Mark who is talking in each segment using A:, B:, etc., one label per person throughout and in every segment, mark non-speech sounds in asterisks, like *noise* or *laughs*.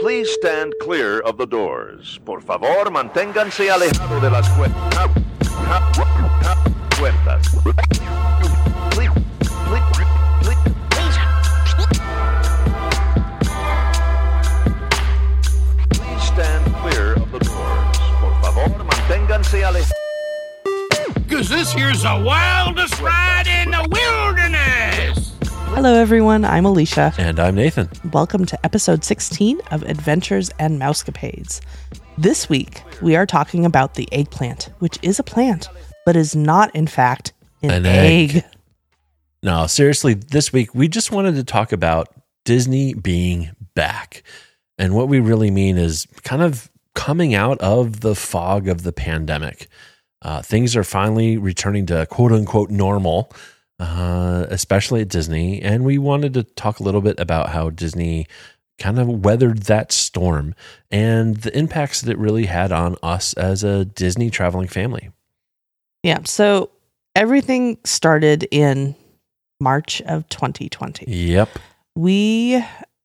A: Please stand clear of the doors. Por favor, manténganse alejado de las cue- ah, ah, ah, puertas. Please, please, please. Please stand clear of the doors. Por favor, manténganse alejados.
B: Cause this here's the wildest ride in the wilderness.
C: Hello, everyone. I'm Alicia.
D: And I'm Nathan.
C: Welcome to episode 16 of Adventures and Mousecapades. This week, we are talking about the eggplant, which is a plant, but is not, in fact, an,
D: An
C: egg.
D: egg. No, seriously, this week we just wanted to talk about Disney being back. And what we really mean is kind of coming out of the fog of the pandemic. Uh, things are finally returning to quote unquote normal, uh, especially at Disney. And we wanted to talk a little bit about how Disney kind of weathered that storm and the impacts that it really had on us as a Disney traveling family.
C: Yeah. So everything started in March of 2020.
D: Yep.
C: We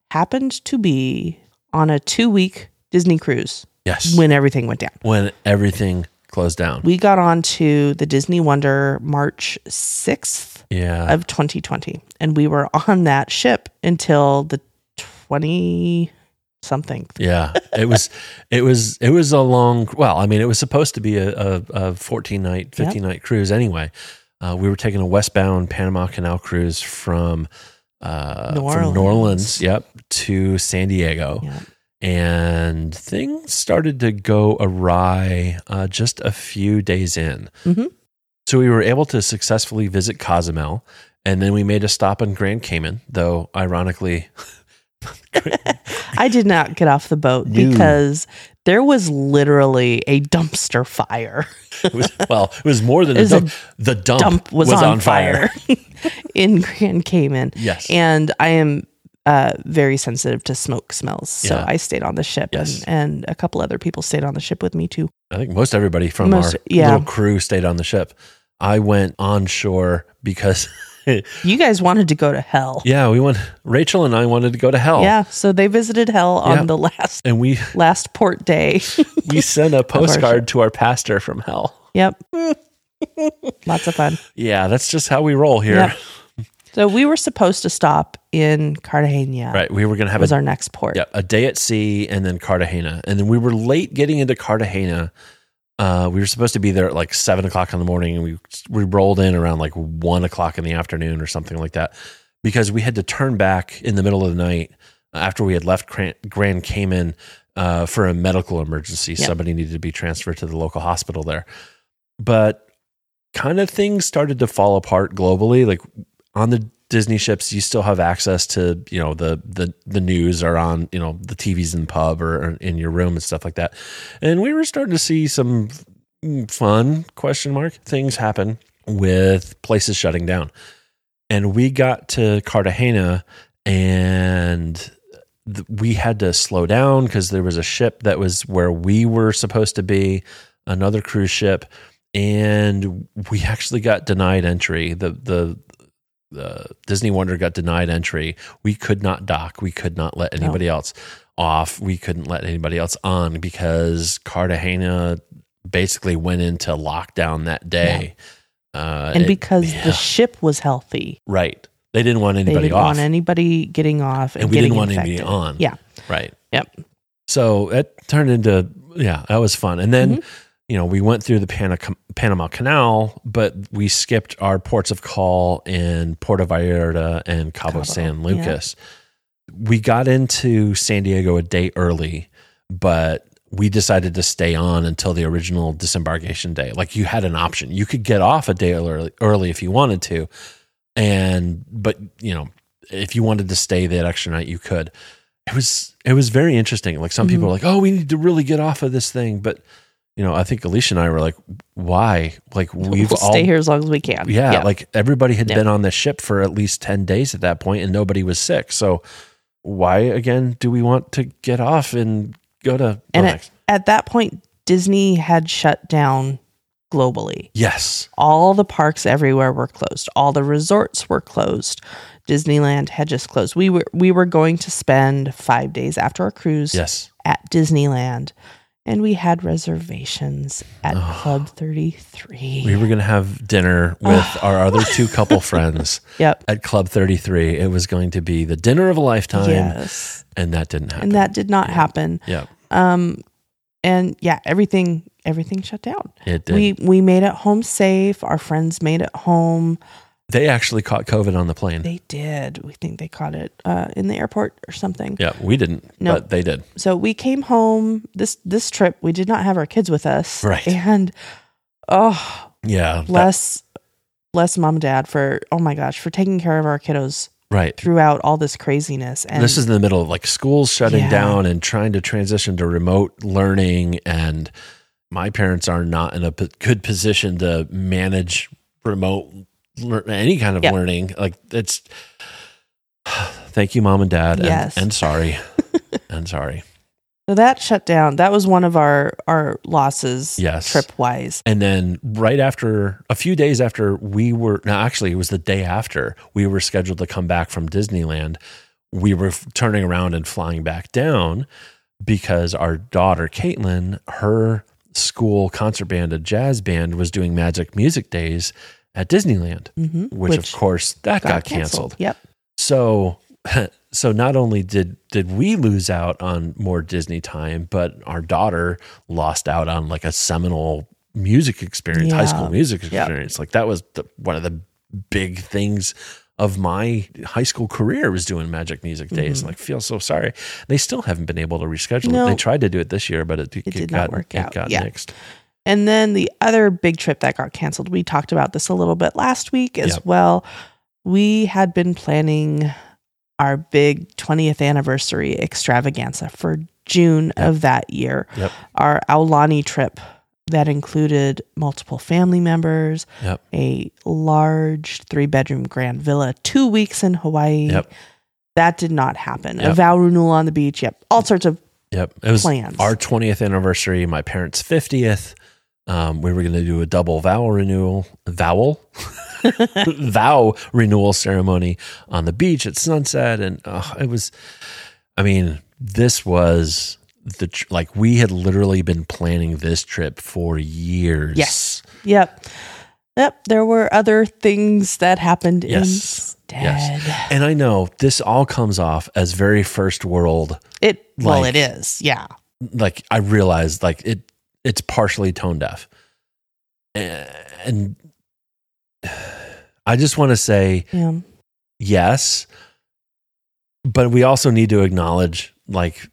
C: happened to be on a two week Disney cruise
D: Yes.
C: when everything went down.
D: when everything closed down.
C: We got on to the Disney Wonder March 6th.
D: yeah.
C: of 2020 and we were on that ship until the 20 something
D: yeah. It was it was it was a long well, I mean it was supposed to be a, a, a 14 night, 15 night cruise anyway. Uh, we were taking a westbound Panama Canal cruise from uh
C: New
D: from New
C: Orleans.
D: Orleans, yep, to San Diego.
C: Yeah.
D: And things started to go awry uh, just a few days in.
C: Mhm.
D: So we were able to successfully visit Cozumel, and then we made a stop in Grand Cayman, though ironically,
C: i did not get off the boat
D: No.
C: because there was literally a dumpster fire
D: It was, well, it was more than
C: It
D: a
C: was a
D: dump. the dump,
C: dump was, on, fire, *laughs* in grand cayman
D: Yes.
C: and i am uh, very sensitive to smoke smells so
D: Yeah.
C: i stayed on the ship
D: Yes.
C: and, and a couple other people stayed on the ship with me too
D: I think most everybody from
C: Most-
D: our
C: yeah.
D: little crew stayed on the ship. I went on shore because, *laughs*
C: you guys wanted to go to hell
D: yeah, we went, Rachel and I wanted to go to hell.
C: Yeah, so they visited hell on
D: Yeah.
C: the last
D: And we,
C: last port day *laughs*
D: we sent a
C: our
D: postcard to our pastor from hell.
C: Yep. Lots of fun.
D: Yeah, that's just how we roll here.
C: Yep. So we were supposed to stop in Cartagena.
D: Right. We were going to have a
C: Was our next port.
D: Yeah, a day at sea and then Cartagena. And then we were late getting into Cartagena. Uh, we were supposed to be there at like seven o'clock in the morning and we, we rolled in around like one o'clock in the afternoon or something like that because we had to turn back in the middle of the night after we had left Gran- Grand Cayman uh, for a medical emergency.
C: Yeah.
D: Somebody needed to be transferred to the local hospital there. But kind of things started to fall apart globally. Like on the Disney ships, you still have access to you know the the the news are on you know the TVs in the pub or, or in your room and stuff like that. And we were starting to see some Mm, fun question mark things happen with places shutting down. And we got to Cartagena and th- we had to slow down because there was a ship that was where we were supposed to be, another cruise ship, and we actually got denied entry. The the the Disney Wonder got denied entry. We could not dock. We could not let anybody else off. We couldn't let anybody else on because Cartagena basically went into lockdown that day. Uh,
C: And
D: it-
C: because
D: yeah,
C: the ship was healthy,
D: right, they didn't want
C: they
D: anybody
C: didn't
D: off.
C: want anybody getting off and,
D: And we
C: getting
D: didn't want
C: infected.
D: anybody on.
C: Yeah.
D: Right.
C: Yep.
D: So that turned into yeah, that was fun. And then
C: Mm-hmm.
D: you know we went through the Pana, Panama Canal, but we skipped our ports of call in Puerto Vallarta and Cabo,
C: Cabo,
D: San
C: yeah.
D: Lucas. We got into San Diego a day early, but we decided to stay on until the original disembarkation day. Like you had an option, you could get off a day early, early if you wanted to, and but you know if you wanted to stay that extra night, you could. It was it was very interesting. Like some
C: Mm-hmm.
D: people were like, "Oh, we need to really get off of this thing," but you know, I think Alicia and I were like, "Why?" Like we've
C: we'll
D: all
C: stay here as long as we can.
D: Yeah, like everybody had
C: Yeah.
D: been on the ship for at least ten days at that point, and nobody was sick. So why again do we want to get off and go to
C: and
D: Bonex?
C: at, at that point, Disney had shut down globally.
D: Yes,
C: All the parks everywhere were closed. All the resorts were closed. Disneyland had just closed. We were we were going to spend 5 days after our cruise
D: Yes.
C: at Disneyland and we had reservations at Club 33.
D: We were going to have dinner with
C: Oh.
D: our other
C: *laughs*
D: two couple friends
C: yep.
D: at Club 33. It was going to be the dinner of a lifetime.
C: Yes.
D: And that didn't happen.
C: And that did not happen.
D: yeah,
C: Um and yeah, everything everything shut down.
D: it did.
C: We we made it home safe. Our friends made it home.
D: they actually caught COVID on the plane.
C: They did. We think they caught it uh, in the airport or something.
D: yeah, we didn't,
C: No.
D: but they did.
C: So we came home this this trip. We did not have our kids with us,
D: Right.
C: And oh,
D: Yeah. that-
C: bless bless mom and dad for oh my gosh for taking care of our kiddos
D: right.
C: throughout all this craziness. And
D: this is in the middle of like schools shutting
C: Yeah.
D: down and trying to transition to remote learning and my parents are not in a p- good position to manage remote lear- any kind of
C: Yeah.
D: learning like it's *sighs* thank you mom and dad
C: Yes.
D: and, and
C: *laughs*
D: sorry and sorry
C: so that shut down. That was one of our our losses.
D: Yes.
C: trip wise.
D: and then right after a few days after we were no actually it was the day after we were scheduled to come back from disneyland we were f- turning around and flying back down because our daughter caitlin her school concert band a jazz band was doing magic music days at disneyland
C: Mm-hmm.
D: which, of course that got, canceled.
C: Yep.
D: so *laughs* so not only did did we lose out on more disney time but our daughter lost out on like a seminal music experience high
C: Yeah.
D: school music
C: Yep.
D: experience like that was the, one of the big things of my high school career was doing magic music days like feel so sorry they still haven't been able to reschedule
C: Mm-hmm. No.
D: it they tried to do it this year but it, it,
C: did
D: got,
C: not work
D: it
C: out.
D: got
C: Yeah.
D: nixed
C: And then the other big trip that got canceled, we talked about this a little bit last week as
D: Yep.
C: well. We had been planning our big 20th anniversary extravaganza for June of that year.
D: Yep.
C: Our Aulani trip that included multiple family members,
D: Yep.
C: a large three bedroom grand villa, two weeks in Hawaii.
D: Yep.
C: That did not happen. A
D: Yep.
C: vow renewal on the beach. Yep. All sorts of
D: Yep. It was
C: Plans.
D: our 20th anniversary, my parents' 50th. Um, we were going to do a double vowel renewal, vowel, *laughs* vow renewal ceremony on the beach at sunset. And uh, it was, I mean, this was the, tr- like, we had literally been planning this trip for years.
C: Yes. Yep. Yep. There were other things that happened
D: Yes.
C: instead.
D: Yes. And I know this all comes off as very first world
C: It well,
D: Like-
C: it is. Yeah.
D: like I realized like it it's partially tone deaf. And *sighs* I just want to say
C: Yeah.
D: yes, but we also need to acknowledge like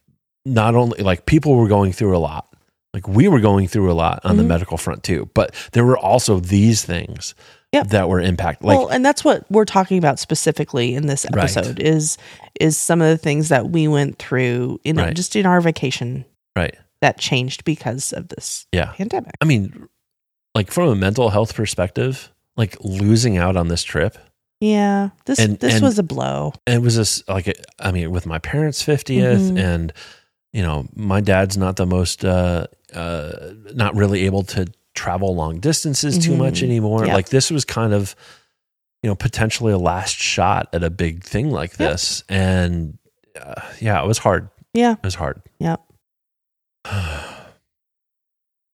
D: not only like people were going through a lot. Like we were going through a lot on the
C: Mhm.
D: medical front too, but there were also these things
C: Yep.
D: that were impact like
C: well, and that's what we're talking about specifically in this
D: Right.
C: episode is is some of the things that we went through in
D: Right.
C: just in our vacation
D: right.
C: that changed because of this
D: Yeah.
C: pandemic.
D: I mean like from a mental health perspective, like losing out on this trip
C: Yeah. This
D: And-
C: this
D: and-
C: was a blow.
D: and it was just like I mean, with my parents' 50th
C: Mhm.
D: and you know, my dad's not the most uh, uh, not really able to travel long distances too much
C: Mhm.
D: anymore.
C: Yeah.
D: Like this was kind of you know potentially a last shot at a big thing like
C: Yeah.
D: this, and uh, yeah, it was hard.
C: Yeah.
D: It was hard.
C: Yep.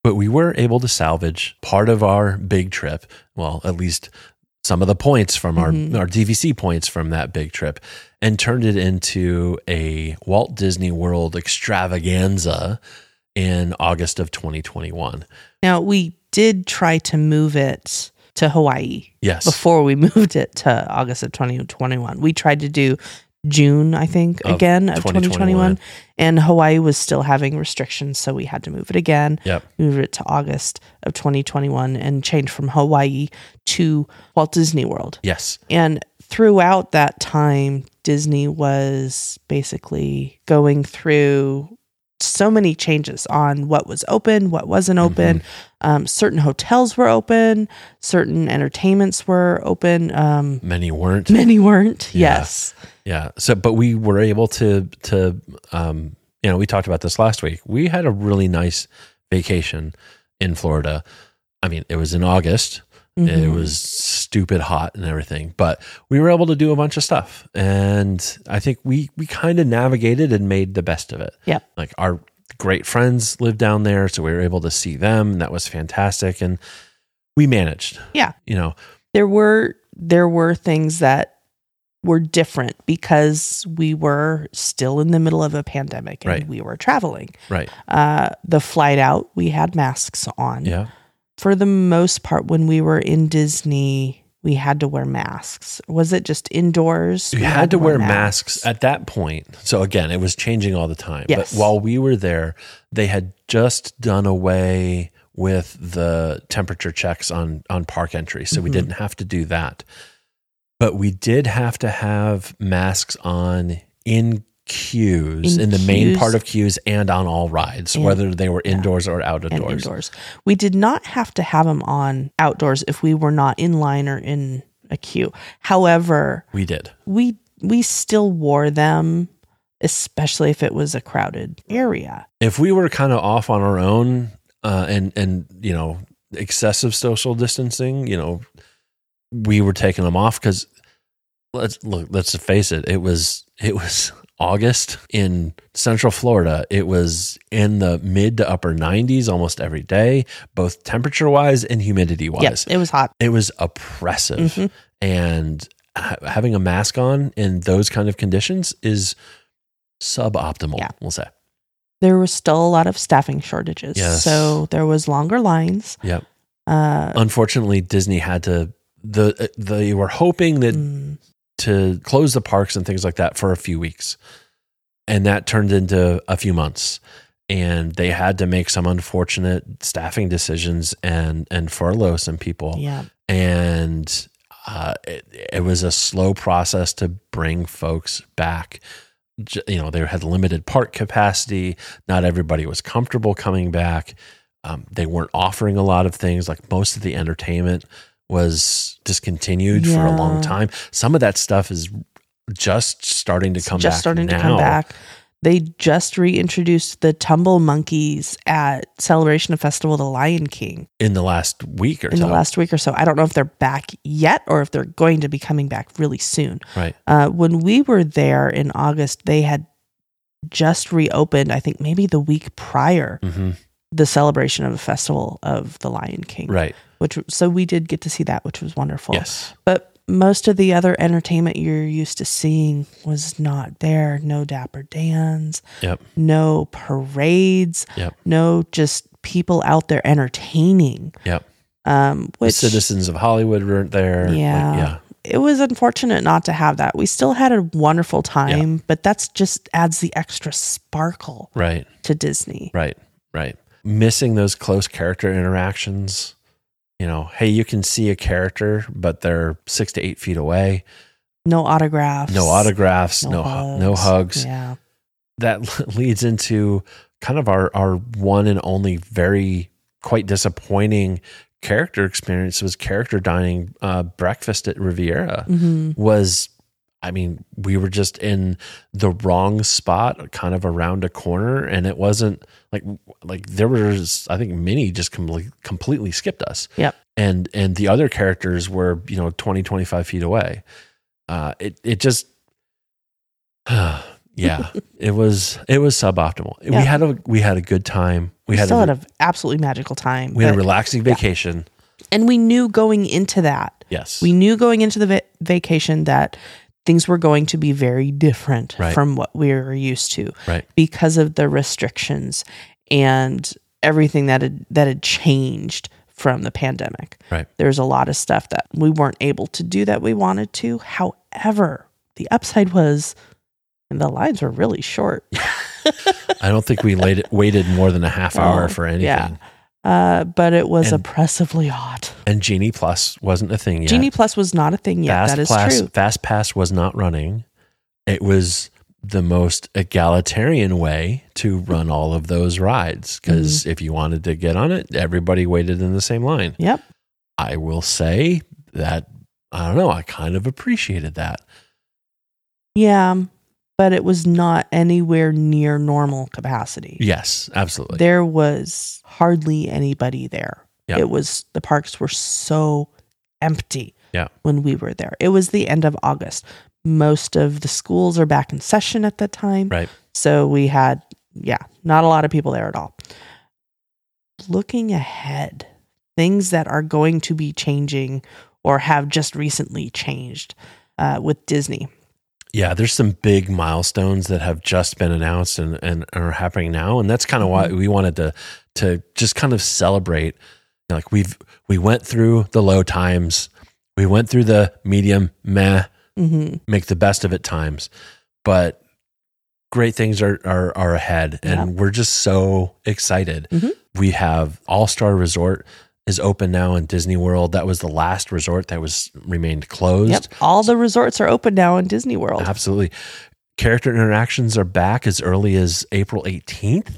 D: But we were able to salvage part of our big trip. Well, at least some of the points from our,
C: Mhm.
D: our DVC points from that big trip and turned it into a Walt Disney World extravaganza in August of 2021.
C: Now we did try to move it to Hawaii
D: Yes.
C: before we *laughs* moved it to August of 2021. We tried to do June, I think,
D: Of
C: again of
D: 2021.
C: 2021, and Hawaii was still having restrictions, so we had to move it again.
D: Yep.
C: Move it to August of 2021 and change from Hawaii to Walt Disney World.
D: Yes.
C: And throughout that time, Disney was basically going through so many changes on what was open, what wasn't
D: Mm-hmm.
C: open. Um, certain hotels were open, certain entertainments were open. Um,
D: Many weren't.
C: many weren't.
D: Yeah.
C: Yes.
D: Yeah. So, but we were able to to um, you know we talked about this last week. We had a really nice vacation in Florida. I mean, it was in August. It
C: Mhm.
D: was stupid hot and everything, but we were able to do a bunch of stuff, and I think we we kind of navigated and made the best of it.
C: Yep.
D: like our great friends lived down there, so we were able to see them. And that was fantastic, and we managed.
C: Yeah.
D: you know,
C: there were there were things that were different because we were still in the middle of a pandemic and
D: Right.
C: we were traveling.
D: right?
C: Uh, the flight out, we had masks on.
D: Yeah,
C: For the most part, when we were in Disney, we had to wear masks. Was it just indoors?
D: you
C: we
D: had, to wear masks. at that point. So again, it was changing all the time.
C: Yes.
D: But while we were there, they had just done away with the temperature checks on on park entry, so we
C: Mhm.
D: didn't have to do that. But we did have to have masks on in queues
C: In
D: in, the main
C: queues.
D: part of queues and on all rides,
C: And-
D: whether they were
C: yeah.
D: indoors or out of
C: and
D: doors.
C: indoors. We did not have to have them on outdoors if we were not in line or in a queue. However,
D: We did.
C: we we still wore them especially if it was a crowded area
D: if we were kind of off on our own uh, and and you know excessive social distancing, you know, we were taking them off because let's look. Let's face it. It was it was *laughs* August in Central Florida. It was in the mid to upper 90s almost every day, both temperature wise and humidity
C: yep
D: wise.
C: it was hot
D: It was oppressive,
C: Mhm.
D: and ha- having a mask on in those kind of conditions is suboptimal.
C: Yeah.
D: We'll say.
C: there was still a lot of staffing shortages
D: Yes.
C: so there was longer lines
D: Yep.
C: uh
D: unfortunately disney had to the uh, they were hoping that
C: mm,
D: to close the parks and things like that for a few weeks and that turned into a few months and they had to make some unfortunate staffing decisions and and furlough some people
C: yeah
D: and uh, it, it was a slow process to bring folks back. J- You know, they had limited park capacity. Not everybody was comfortable coming back. Um, they weren't offering a lot of things. Like most of the entertainment was discontinued for a long
C: Yeah.
D: time. Some of that stuff is just starting to come
C: just
D: back.
C: starting
D: now.
C: to come back they just reintroduced the tumble monkeys at celebration of festival of the lion king
D: in the last week or
C: in
D: so.
C: the last week or so i don't know if they're back yet or if they're going to be coming back really soon
D: right.
C: Uh, when we were there in August, they had just reopened, I think maybe the week prior,
D: hmm
C: the celebration of a festival of the Lion King.
D: Right.
C: Which so we did get to see that, which was wonderful.
D: Yes.
C: But most of the other entertainment you're used to seeing was not there. No Dapper Dans,
D: Yep.
C: no parades,
D: Yep.
C: no just people out there entertaining.
D: Yep.
C: Um,
D: The
C: which
D: citizens of Hollywood weren't there. Like,
C: Yeah.
D: yeah.
C: it was unfortunate not to have that. We still had a wonderful time, but that's just adds the extra sparkle
D: Right.
C: to Disney.
D: Right, right. Missing those close character interactions. You know, hey, you can see a character, but they're six to eight feet away.
C: No autographs.
D: No autographs, no hu- no hugs.
C: Yeah.
D: That *laughs* leads into kind of our our one and only very quite disappointing character experience was character dining uh, breakfast at Riviera
C: hmm
D: was I mean, we were just in the wrong spot, kind of around a corner, and it wasn't like like there was I think Minnie just completely completely skipped us.
C: Yep.
D: And and the other characters were, you know, 20 25 feet away. Uh it it just *sighs*
C: *laughs*
D: yeah, it was it was suboptimal.
C: Yeah.
D: We had a we had a good time. We,
C: We
D: had
C: still
D: a,
C: had an absolutely magical time.
D: we had a
C: but-
D: relaxing
C: yeah.
D: vacation.
C: and we knew going into that,
D: Yes.
C: we knew going into the va- vacation that things were going to be very different
D: Right.
C: from what we were used to
D: Right.
C: because of the restrictions and everything that had, that had changed from the pandemic.
D: Right.
C: There's a lot of stuff that we weren't able to do that we wanted to. However, the upside was the lines were really short.
D: I don't think we laid, waited more than a half hour
C: Well,
D: for anything.
C: yeah. Uh, but it was
D: And-
C: oppressively hot.
D: and Genie Plus wasn't a thing yet.
C: Genie Plus was not a thing yet.
D: Fast
C: that is
D: Pass,
C: true.
D: Fast Pass was not running. It was the most egalitarian way to run all of those rides because
C: Mm-hmm.
D: if you wanted to get on it, everybody waited in the same line.
C: Yep.
D: I will say that I don't know. I kind of appreciated that.
C: Yeah. But it was not anywhere near normal capacity.
D: Yes, absolutely.
C: there was hardly anybody there.
D: Yeah.
C: It was the parks were so empty
D: Yeah.
C: when we were there. It was the end of August. Most of the schools are back in session at that time.
D: Right.
C: So we had, yeah, not a lot of people there at all. Looking ahead, things that are going to be changing or have just recently changed uh, with Disney.
D: Yeah, there's some big milestones that have just been announced and, and are happening now. And that's kind of why we wanted to to just kind of celebrate. Like we've we went through the low times, we went through the medium meh,
C: hmm
D: make the best of it times. But great things are are, are ahead and we're just so excited.
C: Mhm.
D: We have All Star Resort is open now in Disney World. That was the last resort that was remained closed.
C: Yep. All the resorts are open now in Disney World.
D: Absolutely. Character interactions are back as early as April 18th.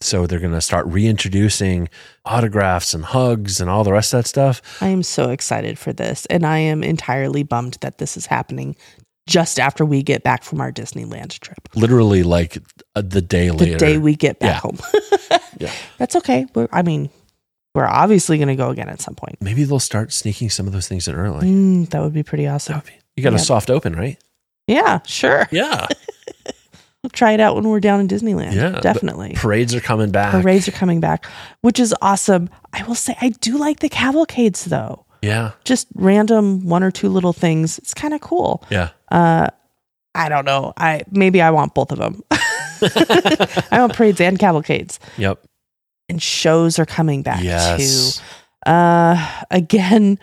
D: So they're going to start reintroducing autographs and hugs and all the rest of that stuff.
C: I am so excited for this, and I am entirely bummed that this is happening just after we get back from our Disneyland trip.
D: Literally, like uh, the day
C: The
D: later.
C: day we get back
D: Yeah.
C: home. *laughs*
D: Yeah.
C: That's okay. We're, I mean, we're obviously going to go again at some point.
D: Maybe they'll start sneaking some of those things in early.
C: Mm, that would be pretty awesome.
D: That would be- You got a
C: Yeah.
D: soft open, right?
C: Yeah, sure.
D: Yeah.
C: We'll try it out when we're down in Disneyland.
D: Yeah, but-
C: definitely.
D: *laughs* Parades are coming back.
C: Parades are coming back, which is awesome. I will say, I do like the cavalcades though.
D: Yeah.
C: Just random one or two little things. It's kind of cool.
D: Yeah.
C: uh i don't know i maybe i want both of them *laughs* i want parades and cavalcades
D: Yep.
C: and shows are coming back
D: yes.
C: too uh again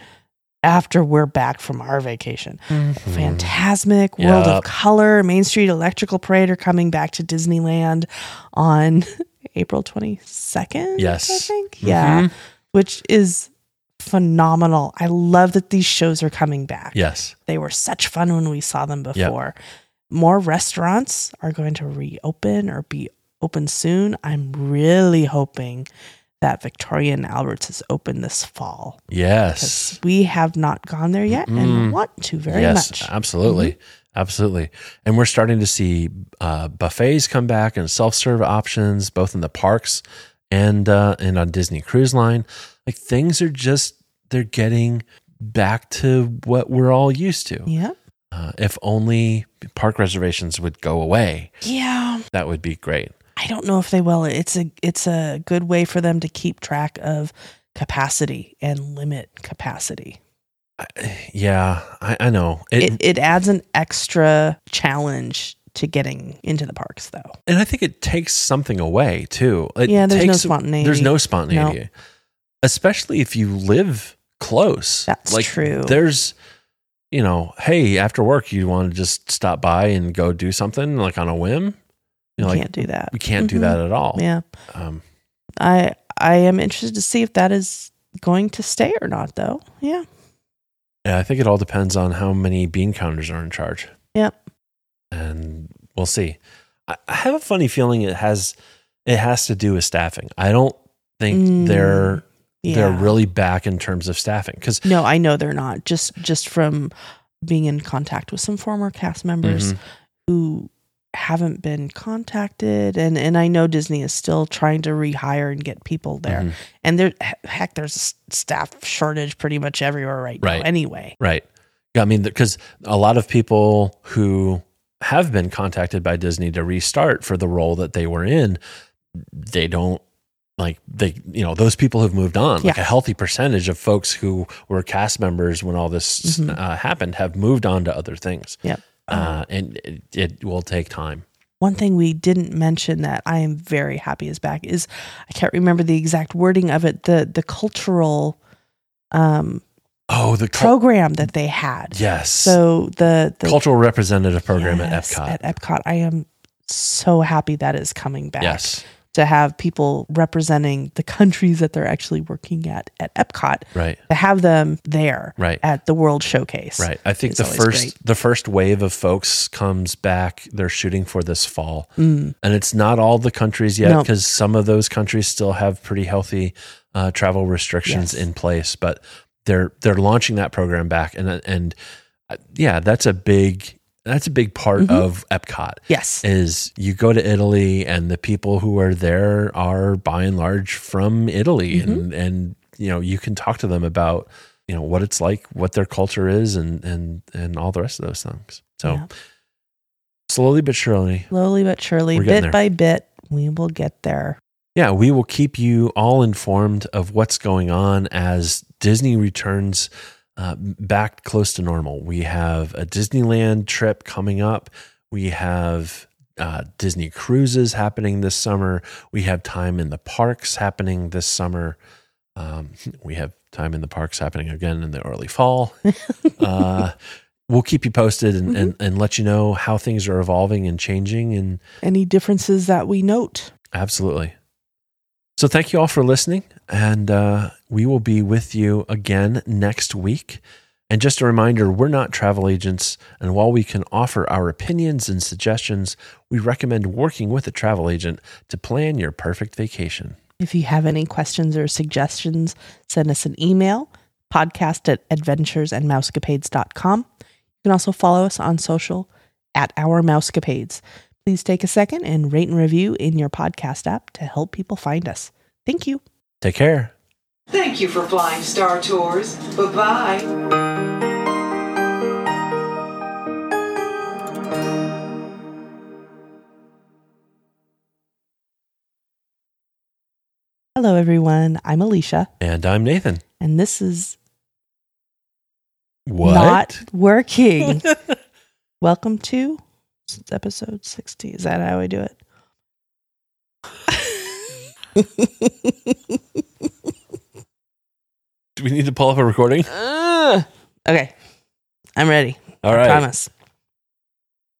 C: after we're back from our vacation
D: Mm.
C: phantasmic world of
D: Mm-hmm. Yep.
C: color main street electrical parade are coming back to disneyland on *laughs* april 22nd
D: Yes. Mm-hmm.
C: i think yeah which is phenomenal i love that these shows are coming back
D: Yes.
C: they were such fun when we saw them before. More restaurants are going to reopen or be open soon. I'm really hoping that Victoria and Alberts is open this fall
D: Yes.
C: because we have not gone there yet
D: Mm.
C: and want to very much. Mm-hmm.
D: Absolutely. Absolutely. And we're starting to see uh, buffets come back and self serve options, both in the parks and uh, and on Disney Cruise Line. Like things are just, they're getting back to what we're all used to.
C: Yeah.
D: Uh, if only park reservations would go away,
C: Yeah.
D: that would be great.
C: I don't know if they will. It's a it's a good way for them to keep track of capacity and limit capacity.
D: Yeah, I, I know. It,
C: It it adds an extra challenge to getting into the parks though.
D: and I think it takes something away too. It
C: Yeah, there's no
D: takes-
C: spontaneity.
D: There's no spontaneity, especially if you live close.
C: That's true.
D: There's, you know, hey, after work, you want to just stop by and go do something like on a whim. You
C: you
D: know, like
C: can't do that.
D: we can't do
C: Mhm.
D: that at all.
C: Yeah.
D: Um,
C: I I am interested to see if that is going to stay or not though. Yeah.
D: yeah, I think it all depends on how many bean counters are in charge.
C: Yep.
D: and we'll see. I, I have a funny feeling it has it has to do with staffing. I don't think
C: Mm.
D: they're
C: Yeah.
D: they're really back in terms of staffing because
C: No, I know they're not. Just just from being in contact with some former cast
D: Mm-hmm.
C: members who haven't been contacted and and I know Disney is still trying to rehire and get people there.
D: Mhm.
C: And there he- heck there's a s- staff shortage pretty much everywhere right,
D: Right.
C: now anyway.
D: right Yeah, i mean because a lot of people who have been contacted by disney to restart for the role that they were in they don't like they you know those people have moved on like
C: Yeah.
D: a healthy percentage of folks who were cast members when all this
C: Mhm.
D: uh, happened have moved on to other things
C: Yep.
D: uh, and it, it will take time
C: One thing we didn't mention that I am very happy is back is I can't remember the exact wording of it the the cultural um
D: oh the cul-
C: program that they had.
D: yes
C: So the the
D: cultural representative program
C: Yes,
D: at epcot
C: At Epcot, I am so happy that is coming back.
D: yes
C: To have people representing the countries that they're actually working at at Epcot,
D: right
C: to have them there
D: Right.
C: at the World Showcase.
D: Right. I think
C: is
D: the
C: always
D: first
C: great.
D: the first wave of folks comes back. They're shooting for this fall,
C: Mm,
D: and it's not all the countries yet
C: No.
D: because some of those countries still have pretty healthy uh, travel restrictions
C: Yes.
D: in place. But they're they're launching that program back, and and uh, yeah, that's a big that's a big part
C: Mhm.
D: of Epcot
C: Yes.
D: is you go to Italy and the people who are
C: Mm-hmm.
D: there are by and large from Italy and and you know you can talk to them about you know what it's like, what their culture is, and and and all the rest of those things. So
C: Yeah.
D: slowly but surely,
C: Slowly but surely,
D: We're getting
C: bit
D: there.
C: by bit, we will get there.
D: yeah, we will keep you all informed of what's going on as Disney returns uh, back close to normal. We have a Disneyland trip coming up. We have uh, Disney cruises happening this summer. We have time in the parks happening this summer. Um, *laughs* we have time in the parks happening again in the early fall. uh, we'll keep you posted and, and, and let you know how things are evolving and changing and
C: Any differences that we note?
D: Absolutely. So thank you all for listening, and uh, we will be with you again next week. And just a reminder, we're not travel agents, and while we can offer our opinions and suggestions, we recommend working with a travel agent to plan your perfect vacation.
C: If you have any questions or suggestions, send us an email podcast at adventuresandmousecapades.com. You can also follow us on social at Our Mousecapades. Please take a second and rate and review in your podcast app to help people find us. Thank you.
D: Take care.
E: Thank you for flying Star Tours. Bye bye.
C: Hello, everyone. I'm Alicia,
D: And I'm Nathan.
C: and this is not working. *laughs* Welcome to episode 60. Is that how I do it?
D: Do we need to pull up a recording?
C: Ugh. okay. I'm ready.
D: All
C: I
D: right.
C: promise.